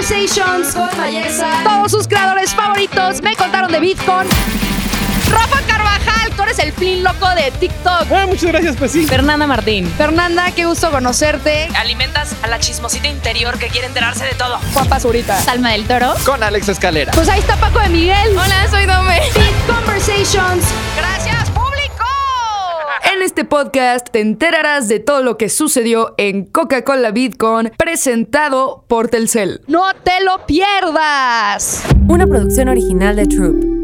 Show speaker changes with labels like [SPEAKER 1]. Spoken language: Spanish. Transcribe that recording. [SPEAKER 1] Sensations, con Falleza, todos sus creadores favoritos me contaron de Bitcoin. Rafa Carvajal, tú eres el fin loco de TikTok.
[SPEAKER 2] Ah, muchas gracias, pues sí.
[SPEAKER 3] Fernanda Martín.
[SPEAKER 1] Fernanda, qué gusto conocerte.
[SPEAKER 4] Alimentas a la chismosita interior que quiere enterarse de todo.
[SPEAKER 1] Juan Pazurita.
[SPEAKER 3] Salma del Toro.
[SPEAKER 2] Con Alex Escalera.
[SPEAKER 1] Pues ahí está Paco de Miguel.
[SPEAKER 5] Hola, soy Dome.
[SPEAKER 1] Bit Conversations.
[SPEAKER 4] Gracias, público.
[SPEAKER 5] En este podcast te enterarás de todo lo que sucedió en Coca-Cola Bitcoin, presentado por Telcel.
[SPEAKER 1] No te lo pierdas.
[SPEAKER 6] Una producción original de Troop.